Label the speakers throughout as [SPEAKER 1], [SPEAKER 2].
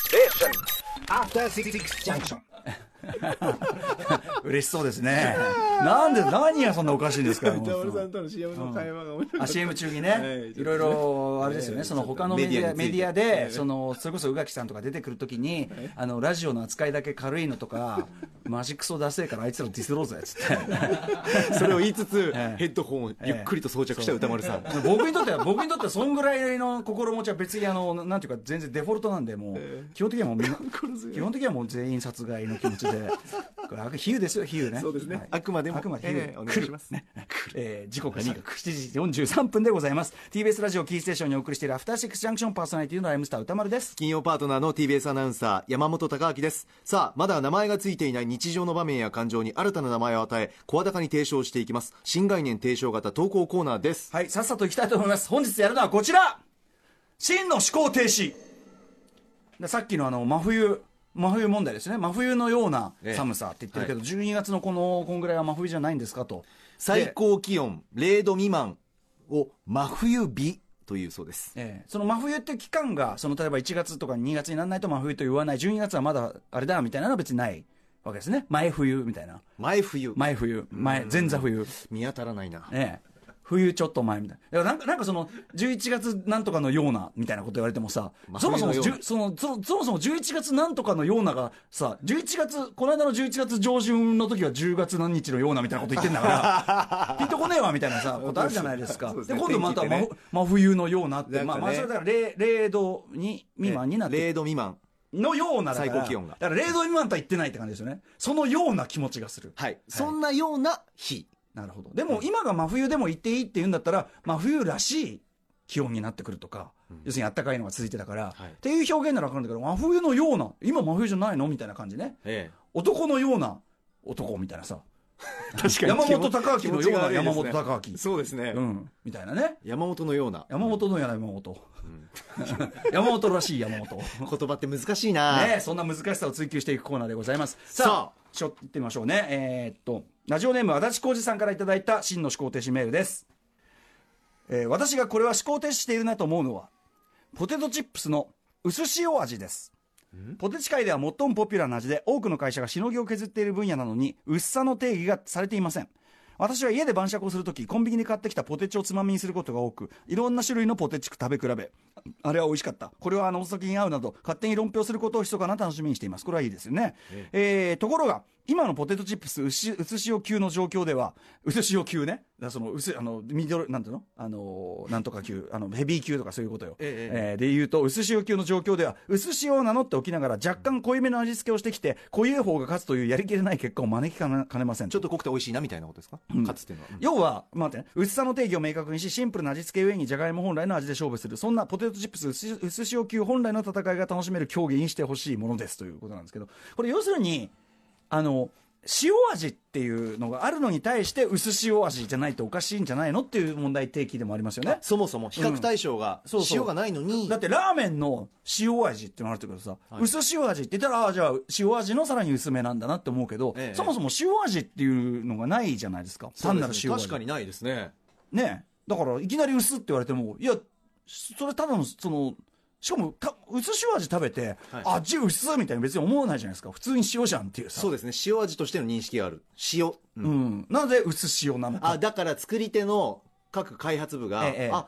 [SPEAKER 1] Station.
[SPEAKER 2] After Six Junction.
[SPEAKER 3] 嬉しそうですね。なんで、何がそんなおかしいんです か。
[SPEAKER 4] 歌丸さんとの CM の会話が面白
[SPEAKER 3] あ
[SPEAKER 4] かった
[SPEAKER 3] CM 中に
[SPEAKER 4] はい
[SPEAKER 3] ね、いろいろ、あれですよ
[SPEAKER 4] え
[SPEAKER 3] ね、
[SPEAKER 4] え
[SPEAKER 3] その他のメディア
[SPEAKER 4] メ
[SPEAKER 3] メ
[SPEAKER 4] デ
[SPEAKER 3] ディ
[SPEAKER 4] ィア
[SPEAKER 3] ア
[SPEAKER 4] についてえ
[SPEAKER 3] で、
[SPEAKER 4] え
[SPEAKER 3] その、それこそ宇垣さんとか出てくるときに、あの、ラジオの扱いだけ軽いのとか、マジクソダセえからあいつらディスろうぜ、つって。
[SPEAKER 4] それを言いつつ、
[SPEAKER 3] ええ
[SPEAKER 4] ヘッドホンをゆっくりと装着した歌丸さん、
[SPEAKER 3] 僕にとっては、僕にとってはそんぐらいの心持ちは別に、あの、なんていうか、全然デフォルトなんで、もう、基本的にはもう みんな、基本的にはもう全員殺害の気持ちで、これ、あく比喩ですよ、比喩ね。
[SPEAKER 4] そうですね
[SPEAKER 3] はい
[SPEAKER 4] あくまでも
[SPEAKER 3] あくまで比
[SPEAKER 4] ええ
[SPEAKER 3] 喩。
[SPEAKER 4] お願いします
[SPEAKER 3] 来るねえー時刻が7時43分でございます。TBS ラジオキーステーションにお送りしているアフターシックスジャンクションパーソナリティのライムスター歌丸です。
[SPEAKER 4] 金曜パートナーの TBS アナウンサー山本貴明ですさあまだ名前がついていない日常の場面や感情に新たな名前を与え声高に提唱していきます新概念提唱型投稿コーナーです
[SPEAKER 3] はい、さっさと行きたいと思います。本日やるのはこちら真の思考停止でさっきのあの、真冬、真冬問題ですね。真冬のような寒さって言ってるけど、12月のこの、こんぐらいは真冬じゃないんですかと。
[SPEAKER 4] 最高気温0度未満を真冬日というそうです
[SPEAKER 3] ええその真冬って期間が、その例えば1月とか2月にならないと真冬と言わない、12月はまだあれだみたいなのは別にないわけですね。前冬みたいな。
[SPEAKER 4] 前冬
[SPEAKER 3] 前冬、前、前座冬。
[SPEAKER 4] 見当たらないな
[SPEAKER 3] ええ冬ちょっと前みたいな。だからなんか、なんかその、11月なんとかのような、みたいなこと言われてもさ、
[SPEAKER 4] 真
[SPEAKER 3] そ
[SPEAKER 4] 冬
[SPEAKER 3] もそ
[SPEAKER 4] の
[SPEAKER 3] も
[SPEAKER 4] よう
[SPEAKER 3] じゅ
[SPEAKER 4] な
[SPEAKER 3] その、そもそもそも11月なんとかのようながさ、11月、この間の11月上旬の時は10月何日のようなみたいなこと言ってんだから、 ピンとこねえわ、みたいなさ、ことあるじゃないですか。
[SPEAKER 4] そうです
[SPEAKER 3] で、
[SPEAKER 4] ね
[SPEAKER 3] 今度また
[SPEAKER 4] 天気
[SPEAKER 3] 真,、
[SPEAKER 4] ってね
[SPEAKER 3] 真冬のようなって、
[SPEAKER 4] なん
[SPEAKER 3] ま
[SPEAKER 4] か
[SPEAKER 3] あ
[SPEAKER 4] ね
[SPEAKER 3] まあ、それだから 0, 0度に未満になって
[SPEAKER 4] 0度未満
[SPEAKER 3] のようなだから
[SPEAKER 4] 最高気温が
[SPEAKER 3] だから0度未満とは言ってないって感じですよね。そのような気持ちがする。
[SPEAKER 4] はい、そんなような日
[SPEAKER 3] なるほど。でも今が真冬でも行っていいって言うんだったら、真冬らしい気温になってくるとか、要するに暖かいのが続いてたから、
[SPEAKER 4] はい
[SPEAKER 3] っていう表現ならわかるんだけど、真冬のような、今真冬じゃないのみたいな感じね。
[SPEAKER 4] え
[SPEAKER 3] 男のような男みたいなさ、
[SPEAKER 4] え確
[SPEAKER 3] 山本隆明のような
[SPEAKER 4] 気持ちが悪いですね
[SPEAKER 3] 山本隆明
[SPEAKER 4] そうですね、
[SPEAKER 3] うん、みたいなね。
[SPEAKER 4] 山本のような
[SPEAKER 3] 山本のような山本。 山本らしい山本。
[SPEAKER 4] 言葉って難しいな、
[SPEAKER 3] ねえ、そんな難しさを追求していくコーナーでございます。さあ、
[SPEAKER 4] さ
[SPEAKER 3] ちょっと行ってみましょうね。えーっと、ラジオネーム、足立浩二さんからいただいた真の思考停止メールです。えー私がこれは思考停止しているなと思うのは、ポテトチップスの薄塩味です。ポテチ界では最もポピュラーな味で多くの会社がしのぎを削っている分野なのに薄さの定義がされていません私は家で晩酌をするときコンビニで買ってきたポテチをつまみにすることが多くいろんな種類のポテチ食べ比べあれは美味しかったこれはあのお酒に合うなど勝手に論評することを密かな楽しみにしていますこれはいいですよね、えーところが今のポテトチップス薄薄塩級の状況では薄塩級ねだからその薄いあのミドルなんていうのあのなんとか級あのヘビー級とかそういうことよ、
[SPEAKER 4] ええええ
[SPEAKER 3] えーで言うと、薄塩級の状況では、薄塩を名乗っておきながら、若干濃いめの味付けをしてきて、濃い方が勝つというやりきれない結果を招きかねかねません
[SPEAKER 4] ちょっと濃くて美味しいなみたいなことですか、
[SPEAKER 3] ん
[SPEAKER 4] かつてのは、うん
[SPEAKER 3] 要は、待ってね、薄さの定義を明確にし、シンプルな味付けゆえに、じゃがいも本来の味で勝負する、そんなポテトチップス薄薄塩級本来の戦いが楽しめる競技にしてほしいものですということなんですけど、これ、要するに、あの、塩味っていうのがあるのに対して、薄塩味じゃないとおかしいんじゃないのっていう問題提起でもありますよね。
[SPEAKER 4] そもそも比較対象が
[SPEAKER 3] そうそう
[SPEAKER 4] 塩がないのに、
[SPEAKER 3] だってラーメンの塩味ってのあるけどさ、
[SPEAKER 4] はい
[SPEAKER 3] 薄塩味って言ったら、ああ、じゃあ塩味のさらに薄めなんだなって思うけど、
[SPEAKER 4] ええ
[SPEAKER 3] そもそも塩味っていうのがないじゃないですか。
[SPEAKER 4] そう
[SPEAKER 3] 単
[SPEAKER 4] ですね
[SPEAKER 3] なる塩味。
[SPEAKER 4] 確かにないですね
[SPEAKER 3] ねえだから、いきなり薄って言われても、いや、それただの、その、しかもた、薄塩味食べて、
[SPEAKER 4] はい
[SPEAKER 3] 味薄みたいに別に思わないじゃないですか。普通に塩じゃんっていうさ。
[SPEAKER 4] そうですね塩味としての認識がある塩、うん
[SPEAKER 3] うん。なので、薄塩なのか。
[SPEAKER 4] あだから作り手の各開発部が、
[SPEAKER 3] ええ
[SPEAKER 4] あ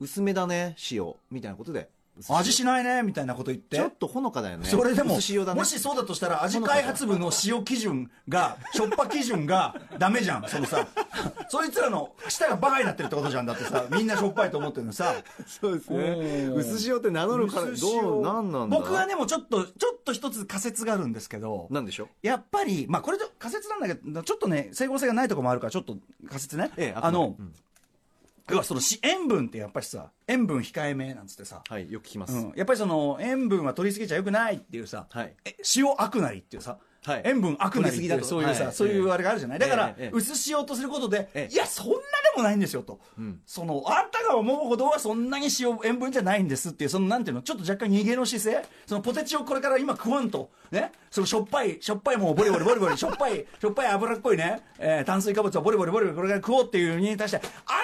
[SPEAKER 4] 薄めだね塩みたいなことで薄塩
[SPEAKER 3] 味しないね、みたいなこと言って。
[SPEAKER 4] ちょっとほのかだよね
[SPEAKER 3] それでも、
[SPEAKER 4] 薄塩だね
[SPEAKER 3] もしそうだとしたら、味開発部の塩基準が、しょっぱ基準がダメじゃん、そのさ、 そいつらの舌がバカになってるってことじゃんだってさ、みんなしょっぱいと思ってるのさ、
[SPEAKER 4] そうですね
[SPEAKER 3] うん
[SPEAKER 4] 薄塩って名乗るから
[SPEAKER 3] 薄塩
[SPEAKER 4] どうなんなんだ
[SPEAKER 3] 僕はでもちょっと、ちょっと一つ仮説があるんですけど、
[SPEAKER 4] なんでしょう
[SPEAKER 3] やっぱり、まあこれちょ仮説なんだけど、ちょっとね、整合性がないとこもあるから、ちょっと仮説ね。
[SPEAKER 4] ええ
[SPEAKER 3] あ
[SPEAKER 4] あく
[SPEAKER 3] の
[SPEAKER 4] までうん、
[SPEAKER 3] 要はそのし塩分ってやっぱりさ、塩分控えめなんつってさ、
[SPEAKER 4] はいよく聞きます、
[SPEAKER 3] うん、やっぱりその塩分は取りすぎちゃよくないっていうさ、
[SPEAKER 4] はい
[SPEAKER 3] え塩悪なりっていうさ、
[SPEAKER 4] はい
[SPEAKER 3] 塩分悪なりって
[SPEAKER 4] 取りすぎ
[SPEAKER 3] い
[SPEAKER 4] だ
[SPEAKER 3] う
[SPEAKER 4] と
[SPEAKER 3] そういうさ、
[SPEAKER 4] はい
[SPEAKER 3] そういうあれがあるじゃない、だから、
[SPEAKER 4] ええええ
[SPEAKER 3] 薄塩とすることで、
[SPEAKER 4] ええ
[SPEAKER 3] いやそんなでもないんですよと、
[SPEAKER 4] ん
[SPEAKER 3] そのあんたが思うほどはそんなに塩塩分じゃないんですっていうそのなんていうのちょっと若干逃げの姿勢そのポテチをこれから今食わんとねそのしょっぱいしょっぱいもうボリボリボリ ボリしょっぱいしょっぱい脂っこいね、えー炭水化物はボリボリボリボリこれから食おうっていうに対してあなたが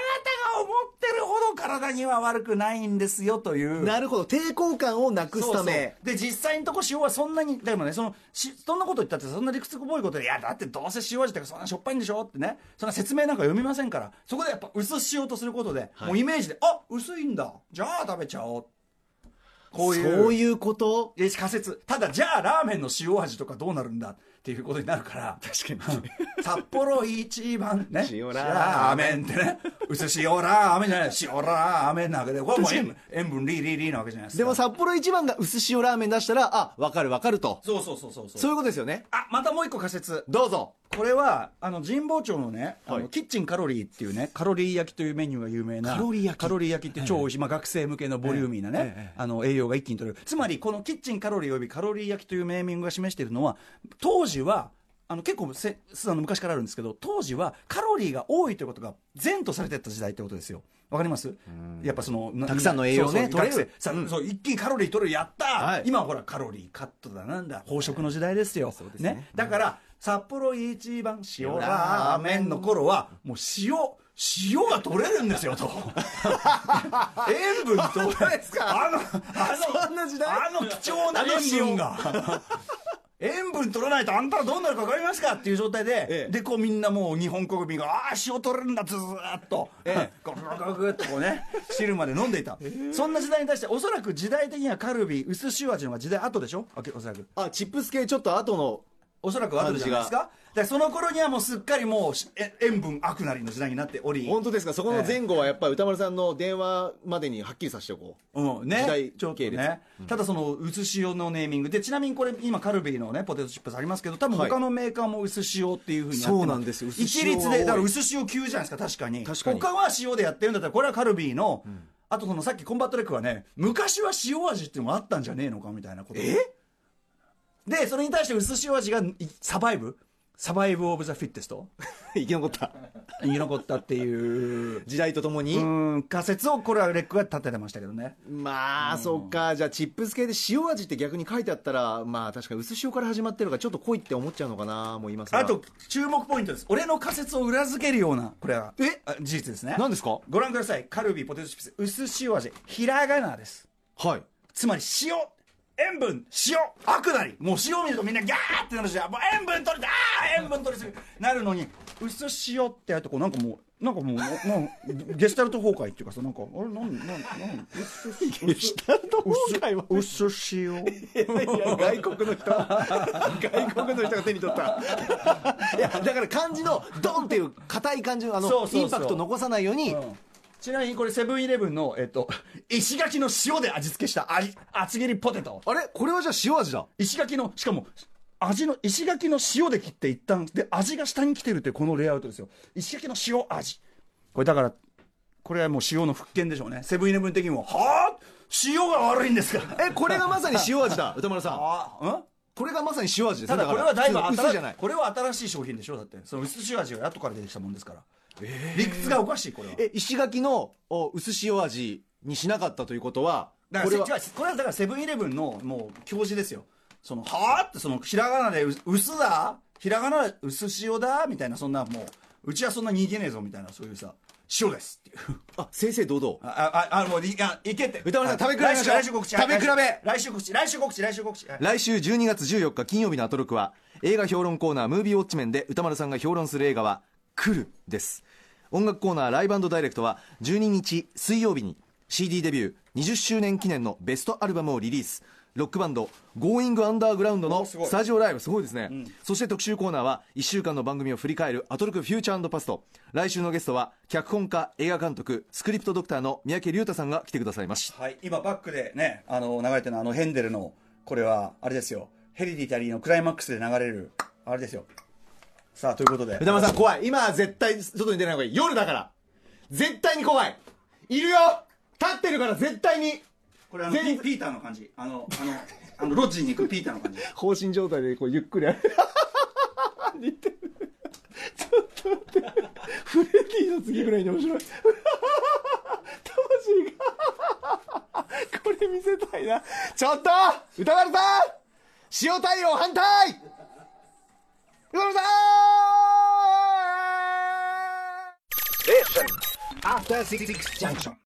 [SPEAKER 3] 思ってるほども体には悪くないんですよという
[SPEAKER 4] なるほど抵抗感をなくすため
[SPEAKER 3] そうそうで実際のとこ塩はそんなにでもねそのしそんなこと言ったってそんな理屈っぽいことでいやだってどうせ塩味とかそんなしょっぱいんでしょってねそんな説明なんか読みませんからそこでやっぱ薄塩とすることで、もうイメージであ薄いんだじゃあ食べちゃおうこういう
[SPEAKER 4] そういうこと
[SPEAKER 3] え仮説ただじゃあラーメンの塩味とかどうなるんだっていうことになる から
[SPEAKER 4] 確か に
[SPEAKER 3] 札幌一番ね
[SPEAKER 4] 塩
[SPEAKER 3] 塩
[SPEAKER 4] ラ
[SPEAKER 3] ラ
[SPEAKER 4] ー
[SPEAKER 3] ー
[SPEAKER 4] メ
[SPEAKER 3] メンってね薄塩ラーメンじゃない塩ラーメンなわけでこれもう塩分塩分リーリーリーなわけじゃないですか
[SPEAKER 4] でも札幌一番が薄塩ラーメン出したらあ分かる分かると
[SPEAKER 3] そうそうそうそうそう
[SPEAKER 4] そういうことですよね
[SPEAKER 3] あまたもう一個仮説
[SPEAKER 4] どうぞ
[SPEAKER 3] これはあの神保町のね、あ
[SPEAKER 4] は
[SPEAKER 3] の
[SPEAKER 4] い
[SPEAKER 3] キッチンカロリーっていうねカロリー焼きというメニューが有名な
[SPEAKER 4] カロリー焼き
[SPEAKER 3] って超美味しい、まあ、学生向けのボリューミーなね、あの栄養が一気に取れるつまりこのキッチンカロリーおよびカロリー焼きというネーミングが示しているのは当時はあの結構せあの昔からあるんですけど当時はカロリーが多いということが善とされてった時代ってことですよわかりますやっぱそのな
[SPEAKER 4] たくさんの栄養をね
[SPEAKER 3] そうそう
[SPEAKER 4] 取れる
[SPEAKER 3] 学生さそう一気にカロリー取るやった、
[SPEAKER 4] はい
[SPEAKER 3] 今ほらカロリーカットだなんだ飽食の時代ですよ、
[SPEAKER 4] うですね
[SPEAKER 3] ねだから札幌一番塩ラーメンの頃はもう塩塩が取れるんですよと塩分と
[SPEAKER 4] そうですか
[SPEAKER 3] あのあ
[SPEAKER 4] そん
[SPEAKER 3] の
[SPEAKER 4] な時代
[SPEAKER 3] あの貴重な塩分が塩分取らないとあんたらどうなるか分かりますかっていう状態で、
[SPEAKER 4] ええ
[SPEAKER 3] でこうみんなもう日本国民がああー塩取れるんだずーっと、
[SPEAKER 4] ええ
[SPEAKER 3] ゴクゴクゴクっとこう ね汁まで飲んでいた、そんな時代に対しておそらく時代的にはカルビ薄塩味の方が時代後でしょあけおそらく
[SPEAKER 4] あチップス系ちょっと後の
[SPEAKER 3] おそらく後でじゃないですかでその頃にはもうすっかりもうしえ塩分悪なりの時代になっており
[SPEAKER 4] 本当ですかそこの前後はやっぱり歌丸さんの電話までにはっきりさせておこう
[SPEAKER 3] うん
[SPEAKER 4] 時
[SPEAKER 3] ね
[SPEAKER 4] 代、
[SPEAKER 3] ちょっと
[SPEAKER 4] 系列
[SPEAKER 3] ね、ただその薄塩のネーミングでちなみにこれ今カルビーのねポテトチップスありますけど多分
[SPEAKER 4] はい
[SPEAKER 3] 他のメーカーも薄塩っていうふうにやって
[SPEAKER 4] そうなんですよ薄塩
[SPEAKER 3] 一律
[SPEAKER 4] は多い
[SPEAKER 3] でだから薄塩級じゃないですか確かに
[SPEAKER 4] 確かに
[SPEAKER 3] 他は塩でやってるんだったらこれはカルビーの、あとそのさっきコンバットレックはね昔は塩味っていうのがあったんじゃねえのかみたいなことでそれに対して薄塩味がいサバイブサバイブ・オブ・ザ・フィッテスト
[SPEAKER 4] 生き残った
[SPEAKER 3] 生き残ったっていう
[SPEAKER 4] 時代とともに、
[SPEAKER 3] うん仮説をこれはレックが立ててましたけどね
[SPEAKER 4] まあ、そっかじゃあチップス系で塩味って逆に書いてあったらまあ確かに薄塩から始まってるからちょっと濃いって思っちゃうのかなもう今更
[SPEAKER 3] あと注目ポイントです俺の仮説を裏付けるようなこれは
[SPEAKER 4] え
[SPEAKER 3] あ事実ですね
[SPEAKER 4] 何ですか
[SPEAKER 3] ご覧くださいカルビーポテトチップス薄塩味ひらがなです
[SPEAKER 4] はい
[SPEAKER 3] つまり塩塩分塩悪なりもう塩見るとみんなギャーってなるじゃんもう塩分取れてああ塩分取りすぎなるのに薄塩ってやるとこうなんかもうなんかもうななんゲスタルト崩壊っていうかさなんかあれなんなんなん薄塩
[SPEAKER 4] ゲシュタルト崩壊は
[SPEAKER 3] 薄 塩
[SPEAKER 4] 外国の人外国の人が手に取った いやだから漢字のドンっていう硬い感じのあの
[SPEAKER 3] そうそうそう
[SPEAKER 4] インパクト残さないように、
[SPEAKER 3] ちなみにこれセブンイレブンの、えっと、 石垣の塩で味付けしたあり厚切りポテト
[SPEAKER 4] あれこれはじゃあ塩味だ
[SPEAKER 3] 石垣のしかも味の石垣の塩で切って一旦で味が下に来てるっていうこのレイアウトですよ石垣の塩味これだからこれはもう塩の復権でしょうねセブンイレブン的にもはあ塩が悪いんですか
[SPEAKER 4] えこれがまさに塩味だ歌丸 さん
[SPEAKER 3] あうん
[SPEAKER 4] これがまさに塩味です
[SPEAKER 3] ただこれはだいぶ
[SPEAKER 4] 普通
[SPEAKER 3] 新
[SPEAKER 4] の薄じ
[SPEAKER 3] し
[SPEAKER 4] ゃない
[SPEAKER 3] これは新しい商品でしょだってその薄塩味が後から出てきたもんですから、理屈がおかしいこれは
[SPEAKER 4] え石垣のお薄塩味にしなかったということは
[SPEAKER 3] だか
[SPEAKER 4] こ
[SPEAKER 3] ら
[SPEAKER 4] れ
[SPEAKER 3] せ
[SPEAKER 4] は
[SPEAKER 3] 違うこれはだからセブンイレブンのもう教示ですよそのはあってそのひらがなでう薄だひらがなで薄塩だみたいなそんなもううちはそんなにいけねえぞみたいなそういうさ塩ですっていう
[SPEAKER 4] あ正々堂々
[SPEAKER 3] あああもういやいけって
[SPEAKER 4] 歌丸さん食べ比べま
[SPEAKER 3] 来
[SPEAKER 4] し
[SPEAKER 3] 週
[SPEAKER 4] ょう
[SPEAKER 3] 来週告知
[SPEAKER 4] 食べ比べ
[SPEAKER 3] 来週告知来週告知来週告知はい
[SPEAKER 4] 来週12月14日金曜日のアトロクは映画評論コーナー「ムービーウォッチメン」で歌丸さんが評論する映画は「来る」です音楽コーナー「ライブダイレクト」は12日水曜日に CD デビュー20周年記念のベストアルバムをリリースロックバンド「Going Underground」の
[SPEAKER 3] おすごい
[SPEAKER 4] スタジオライブすごいですね、そして特集コーナーは1週間の番組を振り返る「アトロクフューチャーパスト」来週のゲストは脚本家映画監督スクリプトドクターの三宅龍太さんが来てくださいました
[SPEAKER 3] はい、今バックでね、あの、流れてるのはあのヘンデルの、これは、あれですよ、ヘリディタリーのクライマックスで流れる、あれですよ。さあ、ということで。
[SPEAKER 4] 歌丸さん怖い今は絶対外に出ない方がいい夜だから絶対に怖いいるよ立ってるから絶対に
[SPEAKER 3] これあの
[SPEAKER 4] 全
[SPEAKER 3] ピピーターの感じあのあのあのロッジに行くピーターの感じ
[SPEAKER 4] 放心状態でこうゆっくり似てるちょっと待ってフレディの次ぐらいに面白い当時がこれ見せたいなちょっと歌丸さん塩対応反対歌丸さん
[SPEAKER 2] After Six Junction.